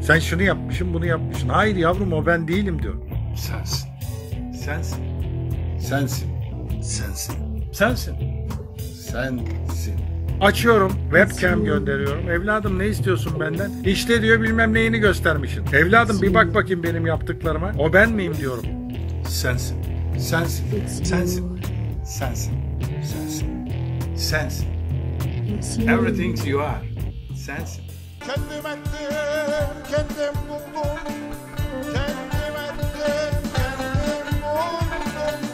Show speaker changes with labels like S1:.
S1: Sen şunu yapmışsın bunu yapmışsın. Hayır yavrum o ben değilim diyor.
S2: Sensin.
S1: Sensin.
S2: Sensin.
S3: Sensin.
S2: Sensin.
S3: Sensin.
S1: Açıyorum webcam gönderiyorum. Evladım ne istiyorsun benden? İşte diyor bilmem neyini göstermişsin. Evladım bir bak bakayım benim yaptıklarıma. O ben miyim diyorum.
S3: Sensin. Sensin. Sensin. Sensin. Sensin. Sensin. Everything you are. Sensin.
S4: Kendim ettim, kendim buldum. Kendim ettim,